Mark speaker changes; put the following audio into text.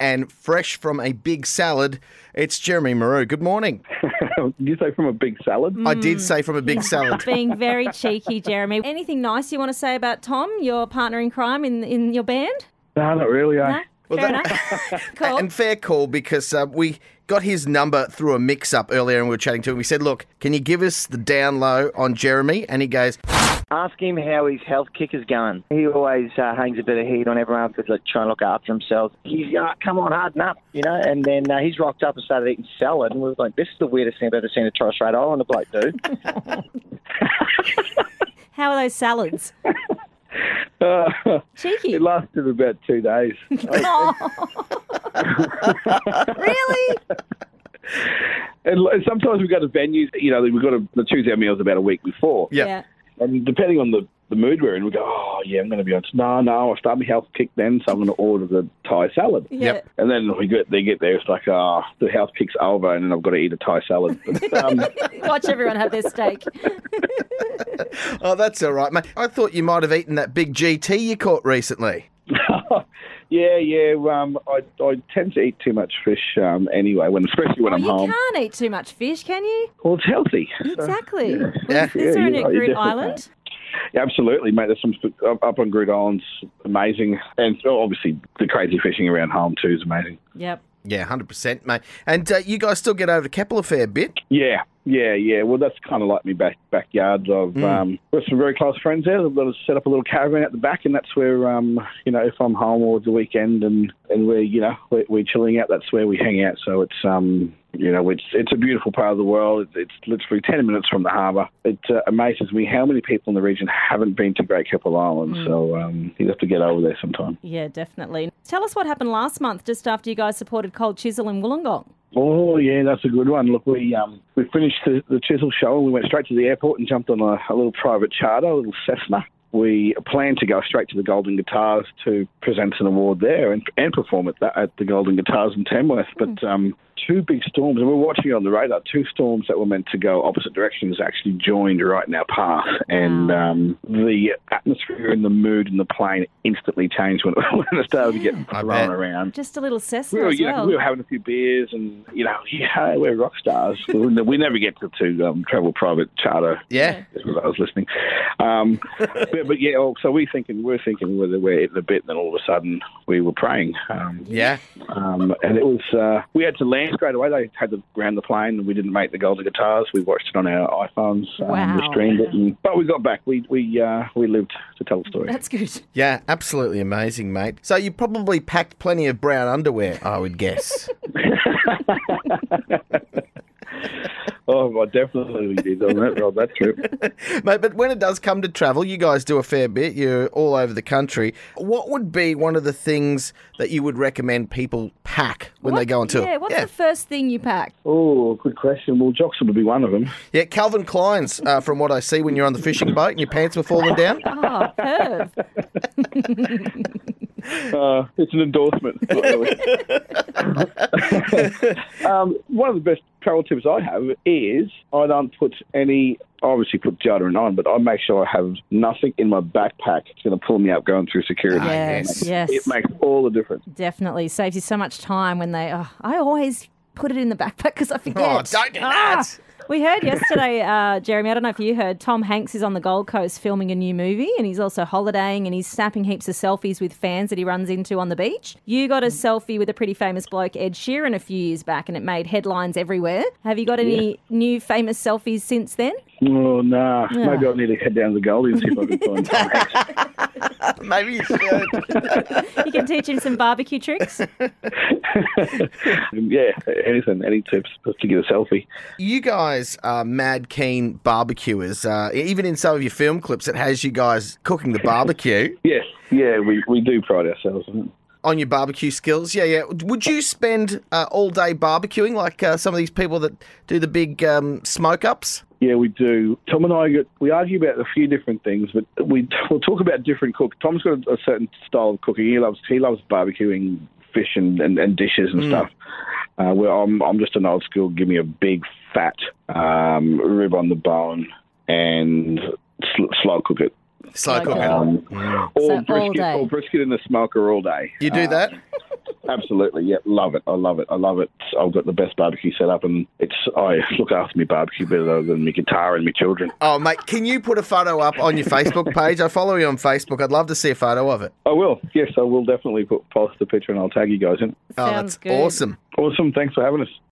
Speaker 1: and fresh from a big salad, it's Jeremy Maru. Good morning.
Speaker 2: Did you say from a big salad?
Speaker 3: Mm.
Speaker 1: I did say from a big salad.
Speaker 3: Being very cheeky, Jeremy. Anything nice you want to say about Tom, your partner in crime in in your band?
Speaker 2: No, not really. eh?
Speaker 3: No? Fair enough. cool.
Speaker 1: And fair call because uh, we got his number through a mix up earlier and we were chatting to him. We said, Look, can you give us the down low on Jeremy? And he goes,
Speaker 4: Ask him how his health kick is going. He always uh, hangs a bit of heat on everyone for like, trying to look after himself. He's uh, come on, harden up, you know. And then uh, he's rocked up and started eating salad, and we were like, "This is the weirdest thing I've ever seen a Torres Strait Islander bloke do."
Speaker 3: How are those salads?
Speaker 2: Uh,
Speaker 3: Cheeky.
Speaker 2: it lasted about two days.
Speaker 3: Oh. really?
Speaker 2: And l- sometimes we go to venues, you know, we've got to to choose our meals about a week before.
Speaker 1: Yeah.
Speaker 2: And depending on the, the mood we're in, we go, oh, yeah, I'm going to be on. No, no, I'll start my health kick then, so I'm going to order the Thai salad.
Speaker 3: Yeah.
Speaker 1: Yep.
Speaker 2: And then we get, they get there, it's like, ah, the health kick's over, and then I've got to eat a Thai salad. But, um,
Speaker 3: Watch everyone have their steak.
Speaker 1: Oh, that's all right, mate. I thought you might have eaten that big GT you caught recently.
Speaker 2: yeah, yeah, um, I, I tend to eat too much fish um, anyway, when especially when I'm
Speaker 3: Well, Oh,
Speaker 2: home.
Speaker 3: you can't Mm. eat too much fish, can you?
Speaker 2: Well, it's healthy.
Speaker 3: Exactly.
Speaker 1: Yeah.
Speaker 3: Is there
Speaker 2: Yeah,
Speaker 3: any
Speaker 2: you
Speaker 3: at
Speaker 2: are, you
Speaker 3: Groot
Speaker 2: definitely
Speaker 3: Island?
Speaker 2: Yeah, absolutely, mate. There's some up- up on Groot Island's amazing, and so obviously the crazy fishing around home too is amazing.
Speaker 3: Yep.
Speaker 1: Yeah, 100%, mate. And uh, you guys still get over to Keppel a fair bit.
Speaker 2: Yeah, yeah, yeah. Well, that's kind of like my back backyard. I've um, got some very close friends there. They've got to set up a little caravan at the back, and that's where um, you know, if I'm home or the weekend, and and we're you know we're, we're chilling out, that's where we hang out. So it's um. You know, it's it's a beautiful part of the world. It's, it's literally ten minutes from the harbour. It uh, amazes me how many people in the region haven't been to Great Keppel Island. So um, you have to get over there sometime.
Speaker 3: Yeah, definitely. Tell us what happened last month just after you guys supported Cold Chisel in Wollongong.
Speaker 2: Oh yeah, that's a good one. Look, we um, we finished the, the Chisel show and we went straight to the airport and jumped on a, a little private charter, a little Cessna. We planned to go straight to the Golden Guitars to present an award there and, and perform at that, at the Golden Guitars in Tamworth. But um, two big storms, and we're watching on the radar. Two storms that were meant to go opposite directions actually joined right in our path, and
Speaker 3: Wow.
Speaker 2: um, the atmosphere and the mood in the plane instantly changed when, when it started to get
Speaker 1: I
Speaker 2: thrown
Speaker 1: bet.
Speaker 2: around
Speaker 3: Just a little Cessna
Speaker 2: we were,
Speaker 3: as
Speaker 2: you know,
Speaker 3: well.
Speaker 2: we were having a few beers, and you know, yeah, we're rock stars. we ne- we never get to, to um, travel private charter.
Speaker 1: Yeah.
Speaker 2: That's what I was listening. Um, but, but yeah, well, so we thinking, we're thinking whether we're hitting a bit, and then all of a sudden we were praying. Um,
Speaker 1: Yeah.
Speaker 2: um, and it was, uh, we had to land straight away. They had to ground the plane, and we didn't make the golden guitars. We watched it on our iPhones. Um,
Speaker 3: Wow.
Speaker 2: We streamed it, and, but we got back. We we uh, we lived to tell the story.
Speaker 3: That's good.
Speaker 1: Yeah, absolutely amazing, mate. So you probably packed plenty of brown underwear, I would guess.
Speaker 2: oh, well, definitely we did on that, Rob. That trip.
Speaker 1: Mate, but when it does come to travel, you guys do a fair bit. You're all over the country. What would be one of the things that you would recommend people pack when they
Speaker 3: What-
Speaker 1: go on tour?
Speaker 3: Yeah, what's
Speaker 1: yeah.
Speaker 3: the first thing you pack?
Speaker 2: Oh, good question. Well, Joxon would be one of them.
Speaker 1: Yeah, Calvin Klein's, uh, from what I see, when you're on the fishing boat and your pants were falling down.
Speaker 3: Oh, perv.
Speaker 2: Uh, it's an endorsement. not really. um, one of the best travel tips I have is I don't put any, I obviously put deodorant on, but I make sure I have nothing in my backpack. It's going to pull me up going through security.
Speaker 3: yes, yes.
Speaker 2: It makes all the difference.
Speaker 3: Definitely saves you so much time when they. Oh, I always put it in the backpack because I forget. Ah,
Speaker 1: Oh, don't do that.
Speaker 3: We heard yesterday, uh, Jeremy. I don't know if you heard. Tom Hanks is on the Gold Coast filming a new movie, and he's also holidaying, and he's snapping heaps of selfies with fans that he runs into on the beach. You got a selfie with a pretty famous bloke, Ed Sheeran, a few years back, and it made headlines everywhere. Have you got any new famous selfies since then?
Speaker 2: Oh, nah. Maybe I need to head down to the Goldies if I can find Tom Hanks.
Speaker 1: Maybe you should.
Speaker 3: You can teach him some barbecue tricks.
Speaker 1: Oh,
Speaker 2: Yeah, anything, any tips just to get a selfie.
Speaker 1: You guys are mad keen barbecuers. Uh, even in some of your film clips, it has you guys cooking the barbecue
Speaker 2: Yes, yeah, we, we do pride ourselves on it.
Speaker 1: on your barbecue skills. Yeah, yeah. Would you spend uh, all day barbecuing like uh, some of these people that do the big um, smoke ups?
Speaker 2: Yeah, we do. Tom and I get, we argue about a few different things, but we we'll talk about different cook. Tom's got a, a certain style of cooking. He loves he loves barbecuing fish and, and, and dishes and stuff. Uh, where I'm I'm just an old school. Give me a big fat um, rib on the bone and sl- slow cook it.
Speaker 1: Slow
Speaker 3: Slow
Speaker 1: cooker.
Speaker 3: cooker.
Speaker 2: Um,
Speaker 3: So
Speaker 2: or
Speaker 3: all
Speaker 2: brisket,
Speaker 3: day.
Speaker 2: or brisket in the smoker all day.
Speaker 1: You do that?
Speaker 2: Absolutely, yeah, love it. I love it. I love it. I've got the best barbecue set up, and it's I look after my barbecue better than my guitar and my children.
Speaker 1: Oh, mate, can you put a photo up on your Facebook page? I follow you on Facebook. I'd love to see a photo of it.
Speaker 2: I will. Yes, I will definitely put post the picture, and I'll tag you guys in.
Speaker 1: Oh,
Speaker 3: Sounds
Speaker 1: that's
Speaker 3: good.
Speaker 1: awesome.
Speaker 2: Awesome. Thanks for having us.